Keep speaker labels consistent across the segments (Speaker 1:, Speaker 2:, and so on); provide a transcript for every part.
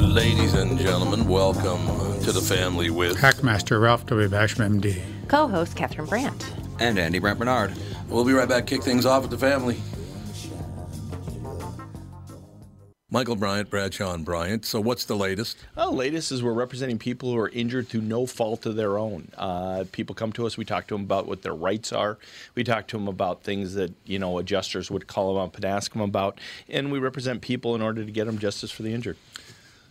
Speaker 1: Ladies and gentlemen, welcome to the family with.
Speaker 2: Hackmaster Ralph W. Basham, MD.
Speaker 3: co-host Catherine Brandt.
Speaker 4: and Andy Brant Bernard.
Speaker 1: We'll be right back. Kick things off with the family. Michael Bryant, Bradshaw and Bryant. So, what's the latest?
Speaker 5: Well, the latest is we're representing people who are injured through no fault of their own. Uh, people come to us. We talk to them about what their rights are. We talk to them about things that you know adjusters would call them up and ask them about, and we represent people in order to get them justice for the injured.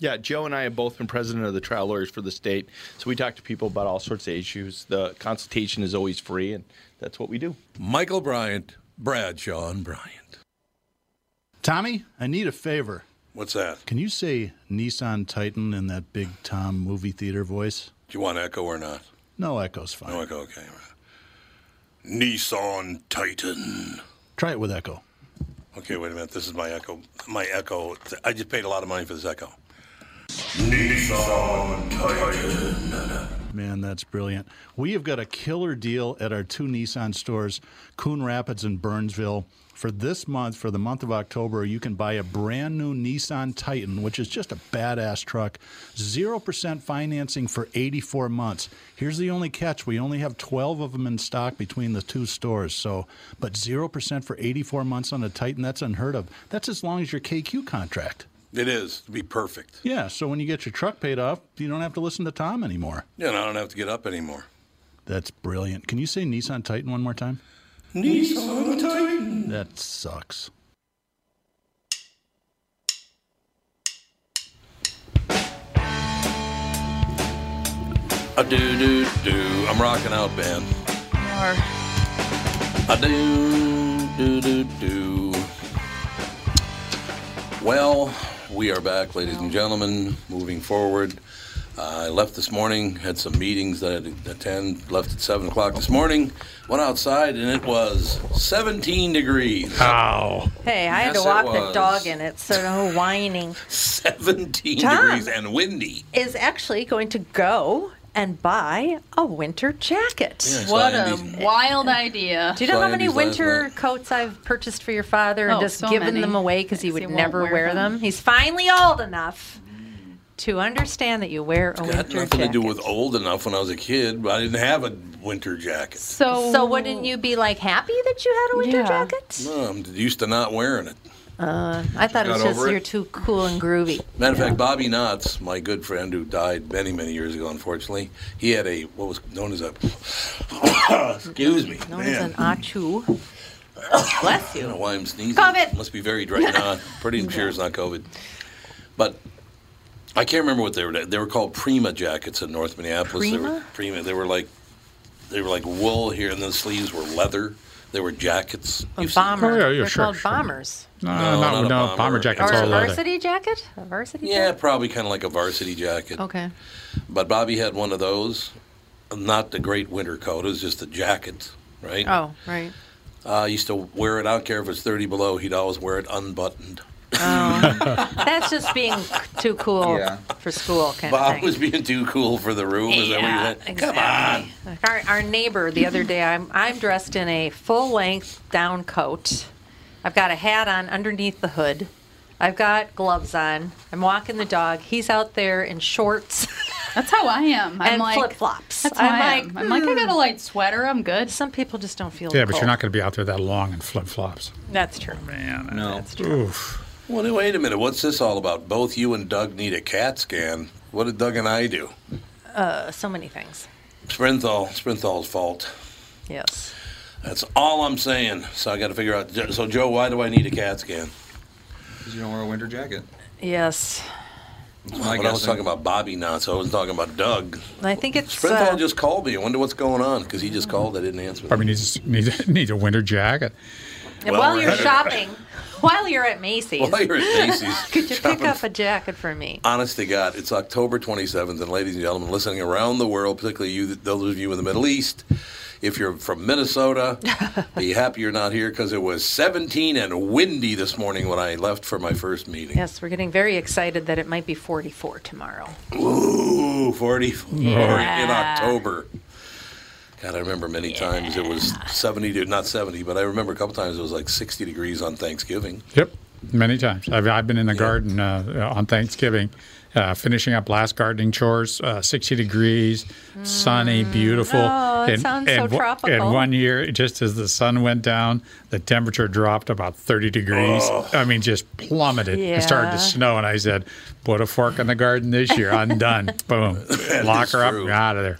Speaker 5: Yeah, Joe and I have both been president of the trial lawyers for the state, so we talk to people about all sorts of issues. The consultation is always free, and that's what we do.
Speaker 1: Michael Bryant, Bradshaw and Bryant.
Speaker 6: Tommy, I need a favor.
Speaker 1: What's that?
Speaker 6: Can you say Nissan Titan in that big Tom movie theater voice?
Speaker 1: Do you want echo or not?
Speaker 6: No echoes, fine.
Speaker 1: No echo, okay. right. Nissan Titan.
Speaker 6: Try it with echo.
Speaker 1: Okay, wait a minute. This is my echo. My echo. I just paid a lot of money for this echo. Nissan Titan.
Speaker 6: Man, that's brilliant. We have got a killer deal at our two Nissan stores, Coon Rapids and Burnsville. For this month, for the month of October, you can buy a brand new Nissan Titan, which is just a badass truck. 0% financing for 84 months. Here's the only catch we only have 12 of them in stock between the two stores. So, but 0% for 84 months on a Titan, that's unheard of. That's as long as your KQ contract.
Speaker 1: It is to be perfect.
Speaker 6: Yeah, so when you get your truck paid off, you don't have to listen to Tom anymore.
Speaker 1: Yeah, and I don't have to get up anymore.
Speaker 6: That's brilliant. Can you say Nissan Titan one more time?
Speaker 1: Nissan Titan.
Speaker 6: That sucks.
Speaker 1: A do do do. I'm rocking out, band. A do do do do. Well, we are back, ladies and gentlemen. Moving forward, I left this morning. Had some meetings that I had to attend. Left at seven o'clock this morning. Went outside and it was 17 degrees.
Speaker 2: Ow.
Speaker 3: Hey, I had
Speaker 1: Yes,
Speaker 3: to
Speaker 1: it
Speaker 3: walk
Speaker 1: was.
Speaker 3: the dog in it, so no whining.
Speaker 1: 17
Speaker 3: Tom.
Speaker 1: degrees and windy.
Speaker 3: Is actually going to go and buy a winter jacket.
Speaker 1: Yeah, I saw
Speaker 7: What a
Speaker 1: Andy's-
Speaker 7: wild idea.
Speaker 3: Do you know how many
Speaker 1: Andy's last
Speaker 3: winter
Speaker 1: night.
Speaker 3: coats I've purchased for your father and
Speaker 7: Oh,
Speaker 3: just
Speaker 7: so
Speaker 3: given
Speaker 7: many.
Speaker 3: them away because he
Speaker 7: Because
Speaker 3: would
Speaker 7: he won't
Speaker 3: never
Speaker 7: wear
Speaker 3: wear them.
Speaker 7: them.
Speaker 3: He's finally old enough to understand that you wear a
Speaker 1: Got
Speaker 3: winter
Speaker 1: nothing
Speaker 3: jacket.
Speaker 1: to do with old enough when I was a kid, but I didn't have a winter jacket.
Speaker 7: So,
Speaker 3: So wouldn't you be like happy that you had a winter
Speaker 7: Yeah.
Speaker 3: jacket?
Speaker 1: No, I'm Um, used to not wearing it.
Speaker 3: I thought it was
Speaker 1: Got
Speaker 3: just
Speaker 1: over it.
Speaker 3: you're too cool and groovy.
Speaker 1: Matter of fact, Bobby Knotts, my good friend who died many, many years ago, unfortunately, he had a what was known as a excuse me,
Speaker 3: No one's
Speaker 1: man.
Speaker 3: an achu. Bless
Speaker 1: I don't
Speaker 3: you.
Speaker 1: know why I'm sneezing.
Speaker 3: COVID.
Speaker 1: Must be very dry. Nah, pretty sure it's not COVID. But I can't remember what they were. They were called Prima jackets in North Minneapolis. They were
Speaker 3: Prima?
Speaker 1: Prima. They were like they were like wool here, and the sleeves were leather. They were jackets.
Speaker 3: A
Speaker 1: You've seen
Speaker 3: bomber.
Speaker 2: Oh, yeah, yeah,
Speaker 3: They're
Speaker 2: sure,
Speaker 3: called
Speaker 2: sure.
Speaker 3: bombers.
Speaker 2: No,
Speaker 1: No,
Speaker 2: Uh, not,
Speaker 1: not a
Speaker 2: no,
Speaker 1: bomber.
Speaker 2: bomber. jacket's
Speaker 3: Or
Speaker 1: That's
Speaker 3: a
Speaker 2: all leather.
Speaker 3: varsity jacket? A varsity
Speaker 1: Yeah,
Speaker 3: jacket?
Speaker 1: probably kind of like a varsity jacket.
Speaker 7: Okay.
Speaker 1: But Bobby had one of those, not the great winter coat. It was just a jacket, right?
Speaker 7: Oh, right.
Speaker 1: Uh, I used to wear it. I don't care if it's thirty below. He'd always wear it unbuttoned.
Speaker 3: That's just being too cool
Speaker 4: Yeah.
Speaker 3: for school kind of
Speaker 1: Bob
Speaker 3: thing.
Speaker 1: was being too cool for the room. Is that what you
Speaker 3: Yeah,
Speaker 1: meant?
Speaker 3: exactly.
Speaker 1: Come on.
Speaker 3: Like our, our neighbor the other day, I'm, I'm dressed in a full length down coat. I've got a hat on underneath the hood. I've got gloves on. I'm walking the dog. He's out there in shorts
Speaker 7: That's how I am. I'm
Speaker 3: and
Speaker 7: like,
Speaker 3: flip flops.
Speaker 7: That's how
Speaker 3: I'm
Speaker 7: I
Speaker 3: like, hmm.
Speaker 7: am. I'm like, I got a light sweater. I'm good.
Speaker 3: some people just don't feel
Speaker 2: Yeah, but
Speaker 3: cold.
Speaker 2: you're not going to be out there that long in flip flops.
Speaker 3: That's true.
Speaker 5: No.
Speaker 1: Well, then, wait a minute. What's this all about? Both you and Doug need a CAT scan. What did Doug and I do?
Speaker 3: Uh, so many things.
Speaker 1: Sprinthal. Sprinthal's fault.
Speaker 3: Yes.
Speaker 1: That's all I'm saying. So I got to figure out. So Joe, why do I need a CAT scan?
Speaker 4: Because you don't wear a winter jacket.
Speaker 3: Yes.
Speaker 4: My
Speaker 1: But I was
Speaker 4: guessing.
Speaker 1: talking about Bobby now, so I was talking about Doug.
Speaker 3: And I think it's.
Speaker 1: Sprinthal
Speaker 3: uh,
Speaker 1: just called me. I wonder what's going on because he just
Speaker 3: Mm-hmm.
Speaker 1: called. I didn't answer.
Speaker 2: Probably needs needs needs a winter jacket.
Speaker 3: while
Speaker 1: Well,
Speaker 3: you're
Speaker 1: right.
Speaker 3: shopping, while you're at Macy's,
Speaker 1: While you're at Macy's,
Speaker 3: could you pick
Speaker 1: shopping
Speaker 3: up a jacket for me?
Speaker 1: honest to God, it's October 27th, and ladies and gentlemen, listening around the world, particularly you, those of you in the Middle East, if you're from Minnesota, be happy you're not here because it was 17 and windy this morning when I left for my first meeting.
Speaker 3: Yes, we're getting very excited that it might be 44 tomorrow.
Speaker 1: Ooh, 44 in October. God, I remember many times it was 70, de- not 70, but I remember a couple times it was like 60 degrees on Thanksgiving.
Speaker 2: Yep, many times. I've I've been in the garden uh, on Thanksgiving, uh, finishing up last gardening chores. Uh, Sixty degrees, sunny, beautiful.
Speaker 3: Mm. oh, it sounds so
Speaker 2: wo-
Speaker 3: tropical.
Speaker 2: And one year, just as the sun went down, the temperature dropped about thirty degrees. I mean, just plummeted. It started
Speaker 3: Oh. Yeah.
Speaker 2: to snow, and I said, "Put a fork in the garden this year. I'm done." Boom, lock
Speaker 1: is
Speaker 2: her up,
Speaker 1: true.
Speaker 2: out of there.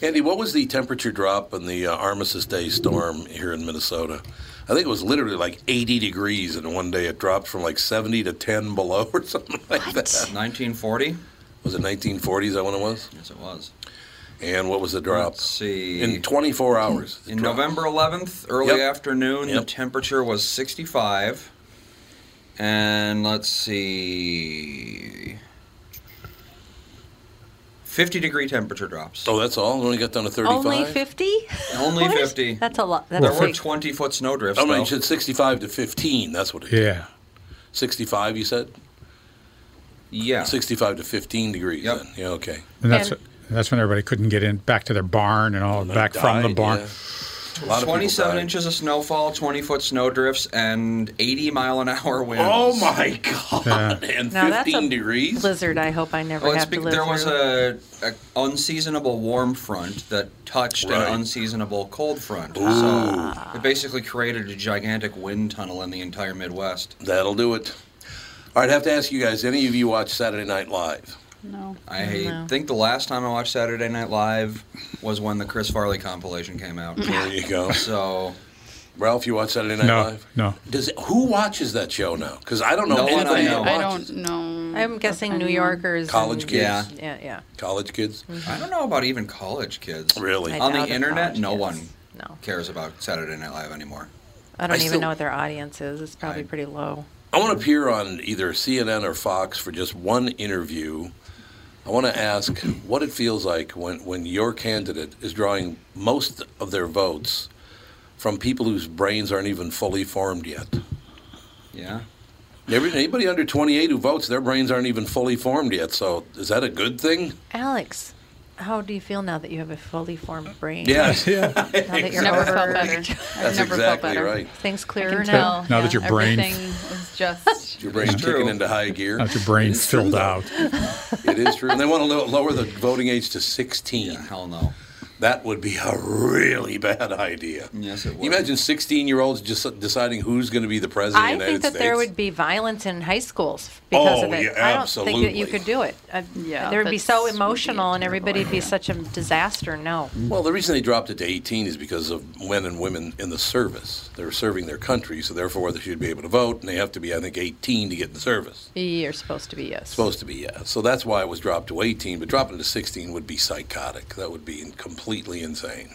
Speaker 1: Andy, what was the temperature drop in the uh, Armistice Day storm here in Minnesota? I think it was literally like 80 degrees, and one day it dropped from like 70 to 10 below or something like that.
Speaker 4: 1940?
Speaker 1: Was it 1940s? That when it was.
Speaker 4: Yes, it was.
Speaker 1: And what was the drop?
Speaker 4: Let's see.
Speaker 1: In 24 hours. it
Speaker 4: In
Speaker 1: dropped.
Speaker 4: November 11th, early
Speaker 1: Yep.
Speaker 4: afternoon, the
Speaker 1: Yep.
Speaker 4: temperature was 65. And let's see. 50 degree temperature drops.
Speaker 1: Oh, that's all. Only got down to 35.
Speaker 3: Only 50?
Speaker 4: Only
Speaker 3: What?
Speaker 4: 50.
Speaker 3: That's a lot. That's
Speaker 4: there were
Speaker 3: big.
Speaker 4: 20 foot snowdrifts.
Speaker 1: Oh no,
Speaker 4: though.
Speaker 1: you said 65 to 15. That's what it.
Speaker 2: Yeah.
Speaker 1: 65. You said
Speaker 4: yeah.
Speaker 1: 65 to 15 degrees.
Speaker 4: Yep.
Speaker 1: Then. Yeah. Okay.
Speaker 2: And that's
Speaker 3: And-
Speaker 2: that's when everybody couldn't get in back to their barn and all back from the
Speaker 1: Died,
Speaker 2: barn.
Speaker 1: yeah. A lot of people
Speaker 4: 27
Speaker 1: died.
Speaker 4: inches of snowfall, 20 foot snowdrifts, and 80 mile an hour winds.
Speaker 1: Oh my God! And
Speaker 3: Now, that's a
Speaker 1: 15 degrees.
Speaker 3: Blizzard, I hope I never
Speaker 4: Well, Oh, it's
Speaker 3: have
Speaker 4: be-
Speaker 3: to live
Speaker 4: there was
Speaker 3: through.
Speaker 4: a, a unseasonable warm front that touched
Speaker 1: Right.
Speaker 4: an unseasonable cold front, so
Speaker 3: Ah.
Speaker 4: it basically created a gigantic wind tunnel in the entire Midwest.
Speaker 1: That'll do it. All right, I have to ask you guys any of you watch Saturday Night Live?
Speaker 7: No.
Speaker 3: Mm,
Speaker 4: I think the last time I watched Saturday Night Live was when the Chris Farley compilation came out.
Speaker 3: Mm-hmm.
Speaker 1: There you go.
Speaker 4: So
Speaker 1: Ralph, you watch Saturday Night
Speaker 2: No,
Speaker 1: Live?
Speaker 2: no.
Speaker 1: Does who watches that show now? Because I don't know
Speaker 4: No one
Speaker 1: anybody
Speaker 4: I know.
Speaker 1: that
Speaker 7: I
Speaker 1: watches.
Speaker 7: don't know.
Speaker 3: I'm guessing New Yorkers.
Speaker 1: College
Speaker 3: and-
Speaker 1: kids,
Speaker 4: Yeah.
Speaker 3: Yeah, yeah.
Speaker 1: college kids.
Speaker 4: I don't know about even college kids.
Speaker 1: Really?
Speaker 3: I
Speaker 4: On
Speaker 3: doubt
Speaker 4: the
Speaker 3: it,
Speaker 4: internet,
Speaker 3: college
Speaker 4: no
Speaker 3: kids.
Speaker 4: one
Speaker 3: No.
Speaker 4: cares about Saturday Night Live anymore.
Speaker 3: I don't
Speaker 1: I
Speaker 3: even
Speaker 1: still-
Speaker 3: know what their audience is. It's probably pretty low.
Speaker 1: I want to appear on either CNN or Fox for just one interview. I want to ask what it feels like when, when your candidate is drawing most of their votes from people whose brains aren't even fully formed yet.
Speaker 4: Yeah.
Speaker 1: Every- Anybody under 28 who votes, their brains aren't even fully formed yet. So is that a good thing?
Speaker 3: Alex, how do you feel now that you have a fully formed brain?
Speaker 1: Yes.
Speaker 3: Now that you're
Speaker 7: never
Speaker 3: over,
Speaker 7: felt better. I've
Speaker 1: That's
Speaker 7: never
Speaker 1: exactly
Speaker 7: felt better.
Speaker 1: right.
Speaker 3: Things
Speaker 7: I
Speaker 3: clearer
Speaker 7: can
Speaker 3: now.
Speaker 7: tell.
Speaker 2: Now
Speaker 7: yeah,
Speaker 2: that your brain-
Speaker 7: Everything is just.
Speaker 1: Your brain's
Speaker 4: true.
Speaker 1: kicking into high gear.
Speaker 2: Not your brain filled out.
Speaker 1: It is true. And they want to lo- lower the voting age to 16.
Speaker 4: Hell no.
Speaker 1: That would be a really bad idea.
Speaker 4: Yes, it
Speaker 1: You
Speaker 4: would.
Speaker 1: imagine 16 year olds just deciding who's going to be the president
Speaker 3: I
Speaker 1: of the
Speaker 3: think
Speaker 1: United
Speaker 3: that
Speaker 1: States.
Speaker 3: there would be violence in high schools because of
Speaker 1: Oh,
Speaker 3: it.
Speaker 1: yeah,
Speaker 3: I don't think that you
Speaker 1: absolutely.
Speaker 3: could do it. I,
Speaker 7: Yeah,
Speaker 3: there would be
Speaker 7: that's-
Speaker 3: so
Speaker 7: would be a
Speaker 3: emotional, and
Speaker 7: terrible
Speaker 3: everybody'd be
Speaker 7: idea.
Speaker 3: such a disaster. No,
Speaker 1: Well, the reason they dropped it to 18 is because of men and women in the service. They're serving their country, so therefore they should be able to vote, and they have to be, I think, 18 to get in the service.
Speaker 3: you're supposed to be yes.
Speaker 1: Supposed to be, yeah. So that's why it was dropped to 18, but dropping it to 16 would be psychotic. That would be in- completely insane.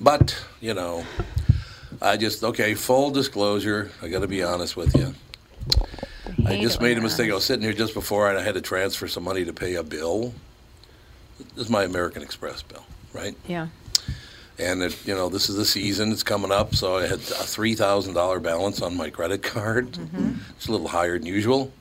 Speaker 1: But, you know, I just, okay, full disclosure, I got to be honest with you. I
Speaker 3: hate
Speaker 1: just
Speaker 3: it when
Speaker 1: made a
Speaker 3: they're
Speaker 1: mistake. I was sitting here just before and I had to transfer some money to pay a bill. This is my American Express bill, right?
Speaker 3: yeah,
Speaker 1: And it, you know, this is the season; it's coming up, so I had a three thousand dollar balance on my credit card.
Speaker 3: Mm-hmm.
Speaker 1: It's a little higher than usual.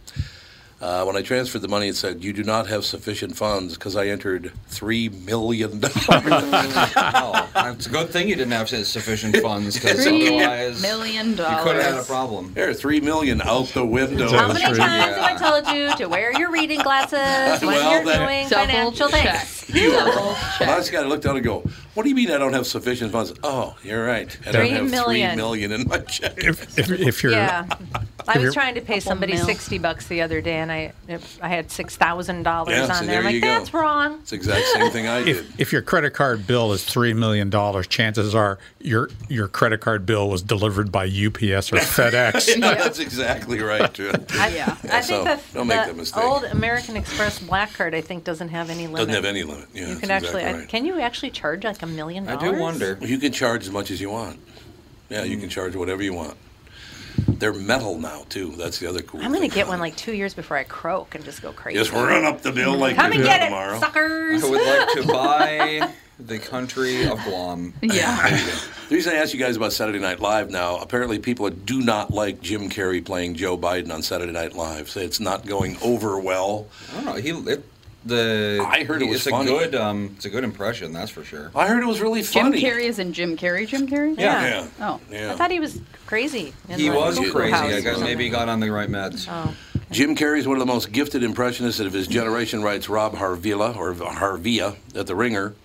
Speaker 1: Uh, when I transferred the money, it said, "You do not have sufficient funds," because I entered three million dollars.
Speaker 4: wow. It's a good thing you didn't have sufficient funds because
Speaker 7: Three
Speaker 4: otherwise
Speaker 7: million
Speaker 4: you could have had a
Speaker 7: dollars.
Speaker 4: problem.
Speaker 1: there, three million out the window.
Speaker 3: How many times
Speaker 4: Yeah.
Speaker 3: have I told you to wear your reading glasses when
Speaker 1: Well,
Speaker 3: you're
Speaker 1: that-
Speaker 3: doing
Speaker 7: Double
Speaker 3: financial
Speaker 7: check.
Speaker 3: things?
Speaker 7: Double
Speaker 1: Well, I
Speaker 7: check.
Speaker 1: just got to look down and go, what do you mean I don't have sufficient funds? Oh, you're right.
Speaker 3: Three
Speaker 1: I don't have
Speaker 3: million.
Speaker 1: three million in my check.
Speaker 2: If, if, if you're
Speaker 3: Yeah. I
Speaker 2: you're-
Speaker 3: was trying to pay somebody
Speaker 7: mil.
Speaker 3: sixty bucks the other day, and I I had six thousand dollars
Speaker 1: Yeah,
Speaker 3: on
Speaker 1: see,
Speaker 3: there.
Speaker 1: there
Speaker 3: I'm like,
Speaker 1: you go.
Speaker 3: that's wrong.
Speaker 1: It's the exact same thing I did.
Speaker 2: if your credit card bill is three million dollars, chances are your your credit card bill was delivered by UPS or FedEx.
Speaker 1: That's exactly right, too.
Speaker 3: I,
Speaker 7: Yeah.
Speaker 3: I
Speaker 1: So,
Speaker 3: think the,
Speaker 1: don't make
Speaker 3: the
Speaker 1: that mistake.
Speaker 3: old American Express black card I think doesn't have any limit.
Speaker 1: Doesn't have any limit. Yeah,
Speaker 3: You
Speaker 1: that's
Speaker 3: can actually
Speaker 1: exactly
Speaker 3: I,
Speaker 1: right.
Speaker 3: can you actually charge like a million
Speaker 4: I
Speaker 3: dollars?
Speaker 4: do wonder.
Speaker 1: You can charge as much as you want. Yeah, you
Speaker 3: Mm.
Speaker 1: can charge whatever you want. They're metal now, too. That's the other cool
Speaker 3: I'm gonna
Speaker 1: thing
Speaker 3: get
Speaker 1: about
Speaker 3: one
Speaker 1: it.
Speaker 3: like two years before I croak and just go crazy.
Speaker 1: Just run up the bill like
Speaker 3: Come
Speaker 1: they
Speaker 3: and
Speaker 1: do
Speaker 3: get it,
Speaker 1: tomorrow.
Speaker 3: suckers.
Speaker 4: I would like to buy the country of Guam.
Speaker 7: Yeah.
Speaker 1: The reason I asked you guys about Saturday Night Live now, apparently people do not like Jim Carrey playing Joe Biden on Saturday Night Live. So it's not going over well.
Speaker 4: I don't know. He it, the
Speaker 1: I heard it was
Speaker 4: it's
Speaker 1: funny.
Speaker 4: a good um it's a good impression. That's for sure.
Speaker 1: I heard it was really
Speaker 7: Jim
Speaker 1: funny.
Speaker 7: Carrey is in Jim Carrey. Jim Carrey.
Speaker 3: Yeah.
Speaker 1: Yeah.
Speaker 7: Oh.
Speaker 1: Yeah.
Speaker 3: I thought he was crazy. in
Speaker 4: He
Speaker 3: the
Speaker 4: was
Speaker 3: cuckoo
Speaker 4: crazy.
Speaker 3: house
Speaker 4: I
Speaker 3: or
Speaker 4: guess maybe he
Speaker 3: something.
Speaker 4: got on the right meds.
Speaker 3: Oh.
Speaker 1: Jim Carrey is one of the most gifted impressionists of his generation, writes Rob Harvilla or Harvia at the Ringer.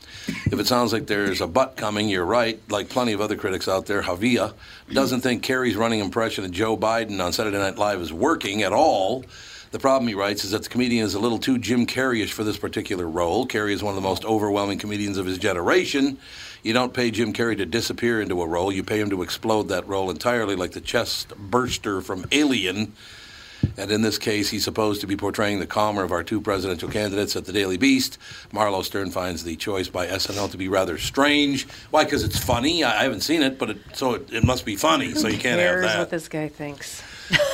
Speaker 1: If it sounds like there's a butt coming, you're right. Like plenty of other critics out there, Harvia doesn't think Carrey's running impression of Joe Biden on Saturday Night Live is working at all. The problem, he writes, is that the comedian is a little too Jim Carreyish for this particular role. Carrey is one of the most overwhelming comedians of his generation. You don't pay Jim Carrey to disappear into a role. You pay him to explode that role entirely, like the chest burster from Alien. And in this case, he's supposed to be portraying the calmer of our two presidential candidates at the Daily Beast. Marlo Stern finds the choice by SNL to be rather strange. Why? Because it's funny. I I haven't seen it, but it, so it, it must be funny. So you
Speaker 3: Who
Speaker 1: can't have
Speaker 3: cares
Speaker 1: that.
Speaker 3: what this guy thinks?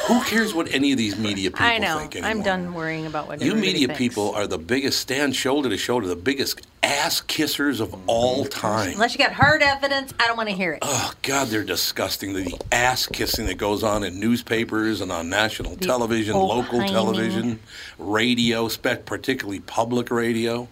Speaker 1: Who cares what any of these media people
Speaker 3: I know.
Speaker 1: think anymore?
Speaker 3: I'm done worrying about what
Speaker 1: You
Speaker 3: everybody
Speaker 1: media
Speaker 3: thinks.
Speaker 1: people are the biggest, stand shoulder to shoulder, the biggest ass kissers of all time.
Speaker 3: Unless you got hard evidence, I don't want to hear it.
Speaker 1: Oh God, they're disgusting. The ass kissing that goes on in newspapers and on national television, local
Speaker 3: opining.
Speaker 1: television, radio, spec particularly public radio.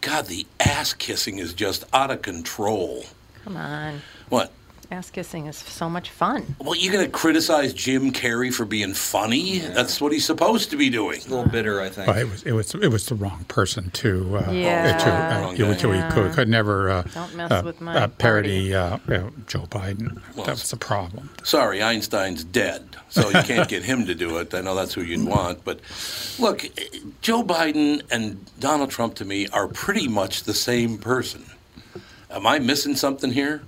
Speaker 1: God, the ass kissing is just out of control.
Speaker 3: Come on.
Speaker 1: What?
Speaker 3: Ass kissing is so much fun.
Speaker 1: Well, you're gonna criticize Jim Carrey for being funny? That's what he's supposed to be doing.
Speaker 4: A little bitter, I think.
Speaker 2: But it was it was it was the wrong person to uh,
Speaker 3: Yeah.
Speaker 2: to, uh,
Speaker 1: Wrong
Speaker 2: you-
Speaker 1: guy.
Speaker 2: to- we could, could never uh,
Speaker 3: Don't mess
Speaker 2: uh,
Speaker 3: with my
Speaker 2: uh, parody uh, uh, Joe Biden. that
Speaker 1: it's-
Speaker 2: was the problem.
Speaker 1: sorry, Einstein's dead, so you can't get him to do it. I know that's who you'd want, but look, Joe Biden and Donald Trump to me are pretty much the same person. Am I missing something here?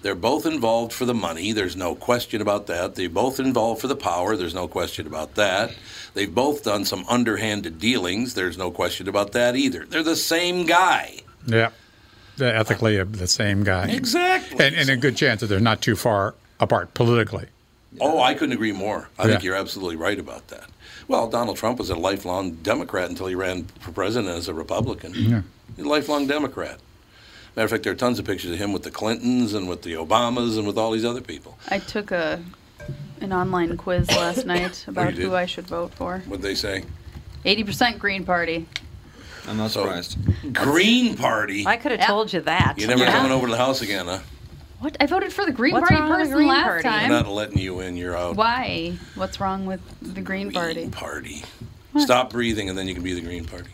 Speaker 1: They're both involved for the money. There's no question about that. They're both involved for the power. There's no question about that. They've both done some underhanded dealings. There's no question about that either. They're the same guy.
Speaker 2: Yeah, they're ethically uh, the same guy.
Speaker 1: Exactly.
Speaker 2: and, and a good chance that they're not too far apart politically.
Speaker 1: Oh, I couldn't agree more. I think
Speaker 2: Yeah.
Speaker 1: you're absolutely right about that. Well, Donald Trump was a lifelong Democrat until he ran for president as a Republican. Yeah. He's a lifelong Democrat. Matter of fact, there are tons of pictures of him with the Clintons and with the Obamas and with all these other people.
Speaker 7: I took a an online quiz last night about
Speaker 1: Oh, did?
Speaker 7: who I should vote for.
Speaker 1: What'd they say?
Speaker 7: Eighty percent Green Party.
Speaker 4: I'm not surprised.
Speaker 1: Green Party.
Speaker 3: I could have
Speaker 7: Yeah.
Speaker 3: told you that.
Speaker 1: You're never
Speaker 4: Yeah.
Speaker 1: coming over to the house again, huh?
Speaker 7: What? I voted for the Green
Speaker 3: What's
Speaker 7: Party
Speaker 3: wrong with the
Speaker 7: person
Speaker 3: Green
Speaker 7: last
Speaker 3: Party?
Speaker 1: We're
Speaker 7: time.
Speaker 1: not letting you in. You're out.
Speaker 7: Why? What's wrong with the Green Party?
Speaker 1: Green Party. Stop breathing, and then you can be the Green Party.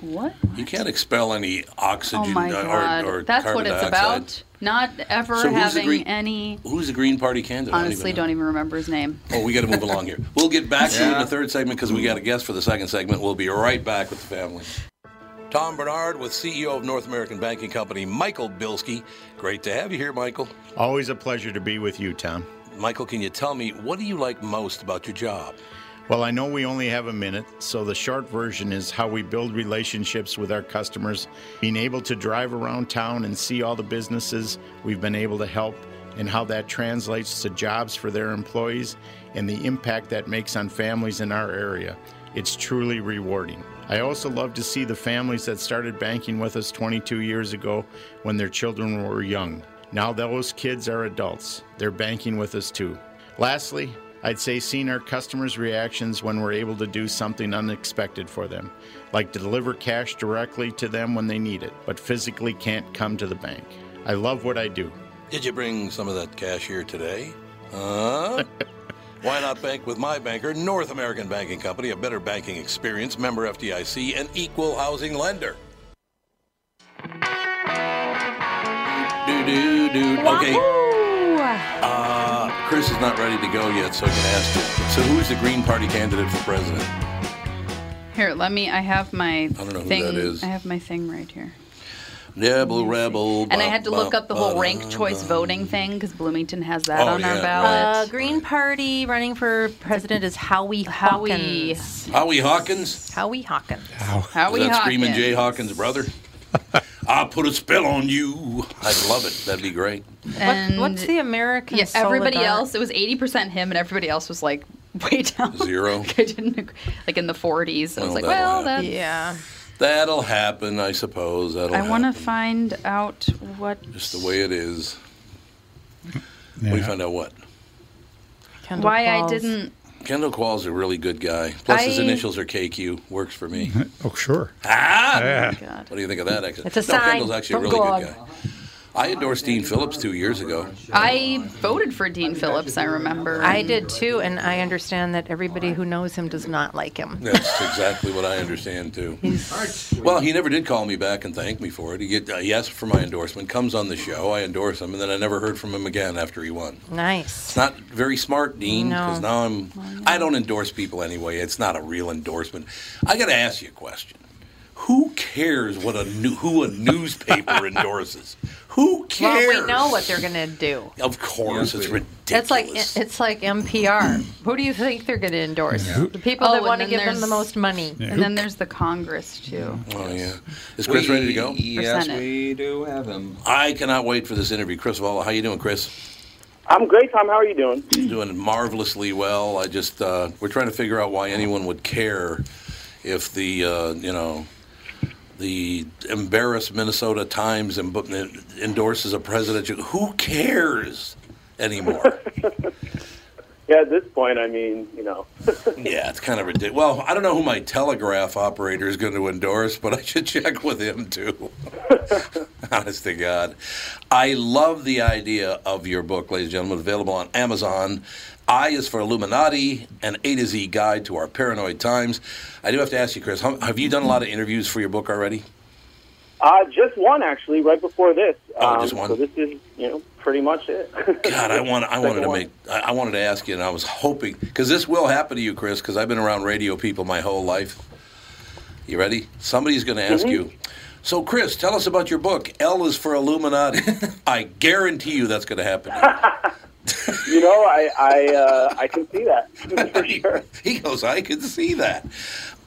Speaker 7: What?
Speaker 1: You can't expel any
Speaker 7: Oh
Speaker 1: oxygen
Speaker 7: my
Speaker 1: uh,
Speaker 7: God!
Speaker 1: or, or
Speaker 7: That's
Speaker 1: carbon
Speaker 7: what it's
Speaker 1: dioxide.
Speaker 7: about. Not ever
Speaker 1: So who's the
Speaker 7: having
Speaker 1: Green-
Speaker 7: any.
Speaker 1: Who's the Green Party candidate? I
Speaker 7: Honestly,
Speaker 1: know.
Speaker 7: don't even remember his name.
Speaker 1: Oh, we got to move along here. We'll get back to you in
Speaker 4: Yeah.
Speaker 1: the third segment because we got a guest for the second segment. We'll be right back with the family. Tom Bernard with CEO of North American Banking Company, Michael Bilski. Great to have you here, Michael.
Speaker 8: Always a pleasure to be with you, Tom.
Speaker 1: Michael, can you tell me what do you like most about your job?
Speaker 8: Well, I know we only have a minute, so the short version is how we build relationships with our customers, being able to drive around town and see all the businesses we've been able to help, and how that translates to jobs for their employees and the impact that makes on families in our area. It's truly rewarding. I also love to see the families that started banking with us 22 years ago when their children were young. Now those kids are adults. They're banking with us too. Lastly, I'd say seeing our customers' reactions when we're able to do something unexpected for them, like deliver cash directly to them when they need it, but physically can't come to the bank. I love what I do.
Speaker 1: Did you bring some of that cash here today? Huh? Why not bank with my banker, North American Banking Company, a better banking experience, member FDIC, and equal housing lender? Do, do, do. Okay. Uh, Chris is not ready to go yet, so I can ask you. So, who is the Green Party candidate for president?
Speaker 7: Here, let me. I have my I
Speaker 1: don't know who
Speaker 7: thing.
Speaker 1: that is.
Speaker 7: I have my thing right here.
Speaker 1: Rebel, rebel.
Speaker 7: And I had to look up the whole ranked choice voting thing because Bloomington has that
Speaker 1: Oh,
Speaker 7: on our
Speaker 1: yeah,
Speaker 7: ballot.
Speaker 3: Uh, Green Party running for president is Howie Howie
Speaker 1: Howie Hawkins?
Speaker 3: Howie Hawkins.
Speaker 7: Howie
Speaker 1: is that Screaming
Speaker 7: Hawkins.
Speaker 1: Jay Hawkins' brother? I'll put a spell on you. I'd love it. That'd be great.
Speaker 7: And
Speaker 3: What's the American?
Speaker 7: yeah, everybody
Speaker 3: Solidar-
Speaker 7: else. It was eighty percent him, and everybody else was like way down.
Speaker 1: Zero.
Speaker 7: I didn't agree. like in the forties. I was
Speaker 1: Well,
Speaker 7: like,
Speaker 1: that'll
Speaker 7: well,
Speaker 1: happen.
Speaker 7: that's
Speaker 3: Yeah.
Speaker 1: That'll happen, I suppose. That'll
Speaker 7: I want to
Speaker 1: happen.
Speaker 7: find out what.
Speaker 1: Just the way it is. We
Speaker 2: Yeah.
Speaker 1: found out what?
Speaker 3: Kendall
Speaker 7: Why I
Speaker 3: Falls.
Speaker 7: didn't.
Speaker 1: Kendall Qualls a really good guy. Plus, his
Speaker 3: I-
Speaker 1: initials are KQ. Works for me.
Speaker 2: Oh, sure.
Speaker 1: ah!
Speaker 7: God.
Speaker 1: What do you think of that? Actually,
Speaker 3: It's a
Speaker 1: no,
Speaker 3: sign
Speaker 1: Kendall's actually a
Speaker 3: from
Speaker 1: really
Speaker 3: God.
Speaker 1: good guy. I endorsed Dean Phillips two years ago.
Speaker 7: I voted for Dean Phillips. I remember.
Speaker 3: I
Speaker 7: and
Speaker 3: did too, and I understand that everybody who knows him does not like him.
Speaker 1: That's exactly what I understand too.
Speaker 3: He's
Speaker 1: Well, he never did call me back and thank me for it. He, get, uh, he asked for my endorsement, comes on the show, I endorse him, and then I never heard from him again after he won. It's
Speaker 3: nice.
Speaker 1: not very smart, Dean,
Speaker 3: No.
Speaker 1: because now I'm I don't endorse people anyway. It's not a real endorsement. I got to ask you a question. Who cares what a new, who a newspaper endorses? Who cares?
Speaker 3: Well, we know what they're going to do.
Speaker 1: Of course, it's ridiculous.
Speaker 3: It's like it's like NPR. Who do you think they're going to endorse? The people
Speaker 7: Oh,
Speaker 3: that
Speaker 7: and
Speaker 3: want to
Speaker 7: then
Speaker 3: give them the
Speaker 7: there's-
Speaker 3: most money.
Speaker 7: then there's the Congress too.
Speaker 1: oh yeah. Is Chris ready to go?
Speaker 4: Yes,
Speaker 7: Senate.
Speaker 4: we do have him.
Speaker 1: I cannot wait for this interview. Chris Valla, how you doing, Chris?
Speaker 9: I'm great, Tom. How are you doing?
Speaker 1: doing marvelously well. I just uh, we're trying to figure out why anyone would care if the uh, you know the embarrassed Minnesota Times em- endorses a presidential. Who cares anymore?
Speaker 9: Yeah, at this point, I mean, you know,
Speaker 1: yeah, it's kind of ridiculous. Well, I don't know who my telegraph operator is going to endorse, but I should check with him too. Honest to God. I love the idea of your book, ladies and gentlemen, available on Amazon. I is for Illuminati, an A to Z guide to our paranoid times. I do have to ask you, Chris, how, have you done a lot of interviews for your book already?
Speaker 9: uh, just one actually right before this. Um,
Speaker 1: Oh, just one.
Speaker 9: So this is, you know, pretty much it.
Speaker 1: God, I want I wanted
Speaker 9: Second
Speaker 1: to
Speaker 9: one.
Speaker 1: make I I wanted to ask you, and I was hoping because this will happen to you, Chris, because I've been around radio people my whole life. You ready? Somebody's going to ask you. So, Chris, tell us about your book. L is for Illuminati. I guarantee you that's going to happen. to
Speaker 9: You know, I I uh, I can see that for
Speaker 1: you.
Speaker 9: sure.
Speaker 1: He goes, I can see that.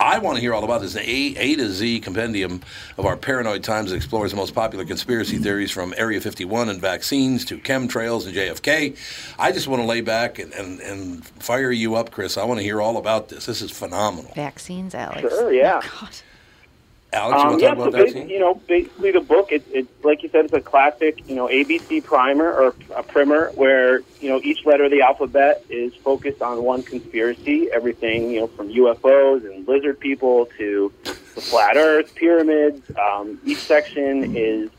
Speaker 1: I want to hear all about this. The A, A to Z compendium of our paranoid times that explores the most popular conspiracy theories from Area 51 and vaccines to chemtrails and JFK. I just want to lay back and, and, and fire you up, Chris. I want to hear all about this. This is phenomenal.
Speaker 3: Vaccines, Alex.
Speaker 9: Sure, yeah.
Speaker 1: Alex, you
Speaker 9: Um,
Speaker 1: want to
Speaker 9: yeah,
Speaker 1: talk
Speaker 9: so
Speaker 1: about
Speaker 9: basically,
Speaker 1: vaccines?
Speaker 9: you know, basically the book, it, it, like you said, it's a classic, you know, ABC primer or a primer where, you know, each letter of the alphabet is focused on one conspiracy, everything, you know, from UFOs and lizard people to the flat earth, pyramids. Um, each section is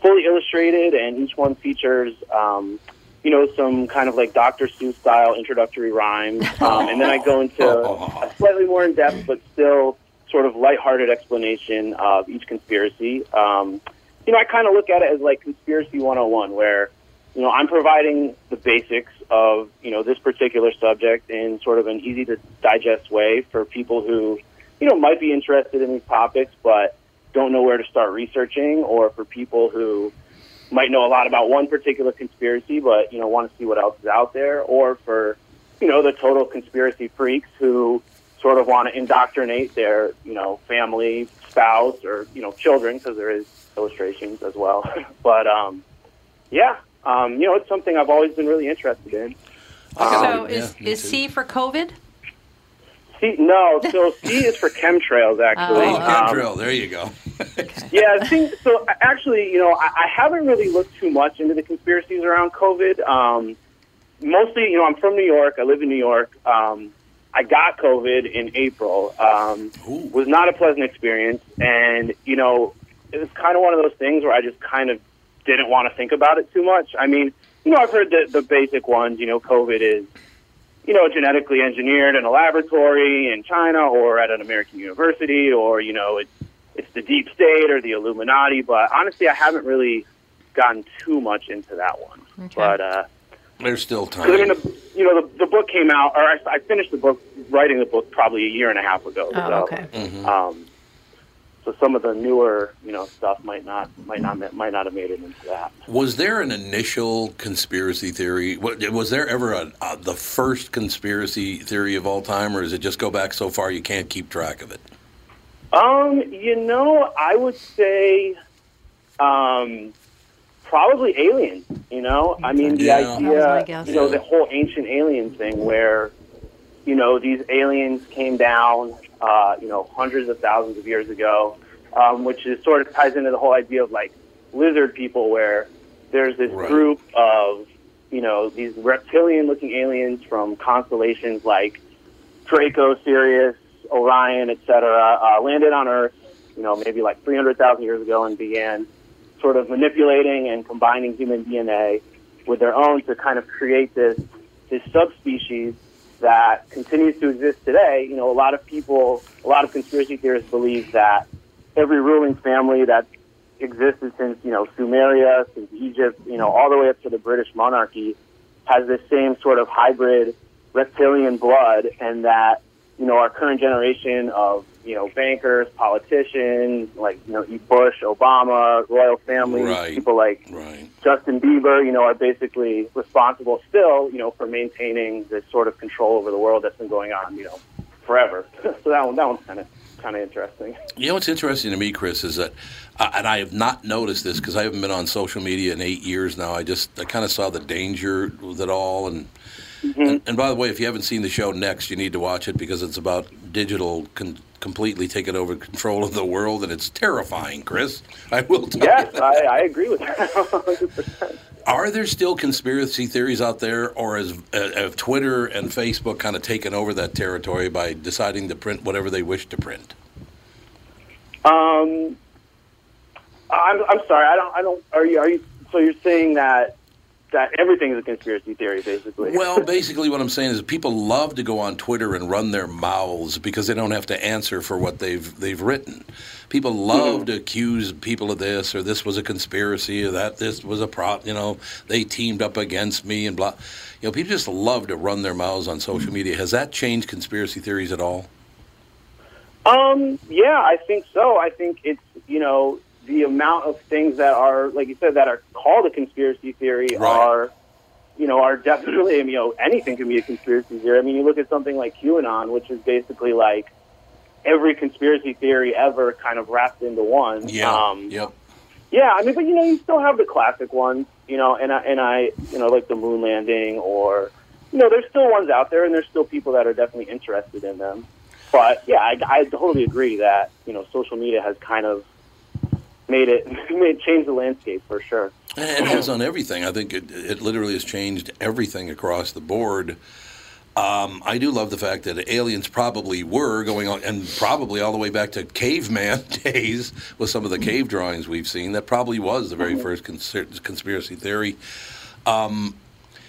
Speaker 9: fully illustrated and each one features, um, you know, some kind of like Dr. Seuss style introductory rhymes. Um, and then I go into a slightly more in depth, but still sort of lighthearted explanation of each conspiracy. Um, you know, I kind of look at it as like conspiracy 101, where, you know, I'm providing the basics of, you know, this particular subject in sort of an easy to digest way for people who, you know, might be interested in these topics, but don't know where to start researching, or for people who, might know a lot about one particular conspiracy, but you know want to see what else is out there, or for you know the total conspiracy freaks who sort of want to indoctrinate their you know family, spouse, or you know children because there is illustrations as well. but um, yeah, um, you know it's something I've always been really interested in.
Speaker 3: So
Speaker 1: Yeah,
Speaker 3: is
Speaker 1: me
Speaker 3: is
Speaker 1: too.
Speaker 3: C for COVID?
Speaker 9: C, no, so C is for chemtrails, actually.
Speaker 1: Oh,
Speaker 9: Um,
Speaker 1: chemtrail. There you go.
Speaker 9: yeah, I think so. I- Actually, you know, I, I haven't really looked too much into the conspiracies around COVID. Um, mostly, you know, I'm from New York. I live in New York. Um, I got COVID in April. Um, was not a pleasant experience, and you know, it was kind of one of those things where I just kind of didn't want to think about it too much. I mean, you know, I've heard the, the basic ones. You know, COVID is you know, genetically engineered in a laboratory in China or at an American university, or you know, it's it's the deep state or the Illuminati. But honestly, I haven't really gotten too much into that one. But uh,
Speaker 1: There's still
Speaker 9: 'cause I mean,
Speaker 1: time.
Speaker 9: the, you know, the, the book came out, or I, I finished the book writing the book probably a year and a half ago.
Speaker 3: Oh,
Speaker 9: so,
Speaker 3: okay.
Speaker 9: Um, so some of the newer, you know, stuff might not might not might not have made it into that.
Speaker 1: Was there an initial conspiracy theory? Wa- Was there ever a, uh, the first conspiracy theory of all time, or does it just go back so far you can't keep track of it?
Speaker 9: Um, you know, I would say, um, probably aliens. You know, I mean, the
Speaker 10: Yeah. That was my
Speaker 9: idea,
Speaker 10: guess.
Speaker 9: you know,
Speaker 10: Yeah.
Speaker 9: the whole ancient alien thing, where you know these aliens came down, uh, you know, hundreds of thousands of years ago, um, which is sort of ties into the whole idea of like lizard people, where there's this
Speaker 10: Right.
Speaker 9: group of you know these reptilian-looking aliens from constellations like Draco, Sirius, Orion, etc., uh, landed on Earth, you know, maybe like 300,000 years ago and began sort of manipulating and combining human DNA with their own to kind of create this, this subspecies that continues to exist today. You know, a lot of people, a lot of conspiracy theorists believe that every ruling family that existed since, you know, Sumeria, since Egypt, you know, all the way up to the British monarchy has this same sort of hybrid reptilian blood and that you know our current generation of you know bankers politicians like you know E. bush obama royal family
Speaker 10: Right.
Speaker 9: people like justin bieber you know are basically responsible still you know for maintaining this sort of control over the world that's been going on you know forever so that one that one's kind of kind of interesting
Speaker 1: You know what's interesting to me, Chris, is that, uh, and I have not noticed this because I haven't been on social media in eight years now. I just I kind of saw the danger with it all, and, and and by the way, if you haven't seen the show next, you need to watch it because it's about digital con- completely taking over control of the world, and it's terrifying, Chris. I will tell you.
Speaker 9: yes i, I agree with that
Speaker 1: Are there still conspiracy theories out there, or is uh, have Twitter and Facebook kind of taken over that territory by deciding to print whatever they wish to print?
Speaker 9: Um, I'm, I'm sorry. I don't. I don't. Are you? Are you? So you're saying that that everything is a conspiracy theory, basically?
Speaker 1: Well, basically, what I'm saying is people love to go on Twitter and run their mouths because they don't have to answer for what they've they've written. People love to accuse people of this or this was a conspiracy or that this was a prop. You know, they teamed up against me and blah. You know, people just love to run their mouths on social media. Has that changed conspiracy theories at all?
Speaker 9: Um, yeah, I think so. I think it's you know the amount of things that are like you said that are called a conspiracy theory are you know are definitely you know anything can be a conspiracy theory. I mean, you look at something like QAnon, which is basically like every conspiracy theory ever kind of wrapped into one.
Speaker 10: Yeah,
Speaker 9: Um,
Speaker 1: yep.
Speaker 9: Yeah, I mean, but you know, you still have the classic ones, you know, and I, and I, you know, like the moon landing, or you know, there's still ones out there, and there's still people that are definitely interested in them. But yeah, I, I totally agree that you know, social media has kind of made it made change the landscape for sure.
Speaker 1: It has on everything. I think it, it literally has changed everything across the board. Um, I do love the fact that aliens probably were going on, and probably all the way back to caveman days with some of the cave drawings we've seen. That probably was the very first cons- conspiracy theory. Um,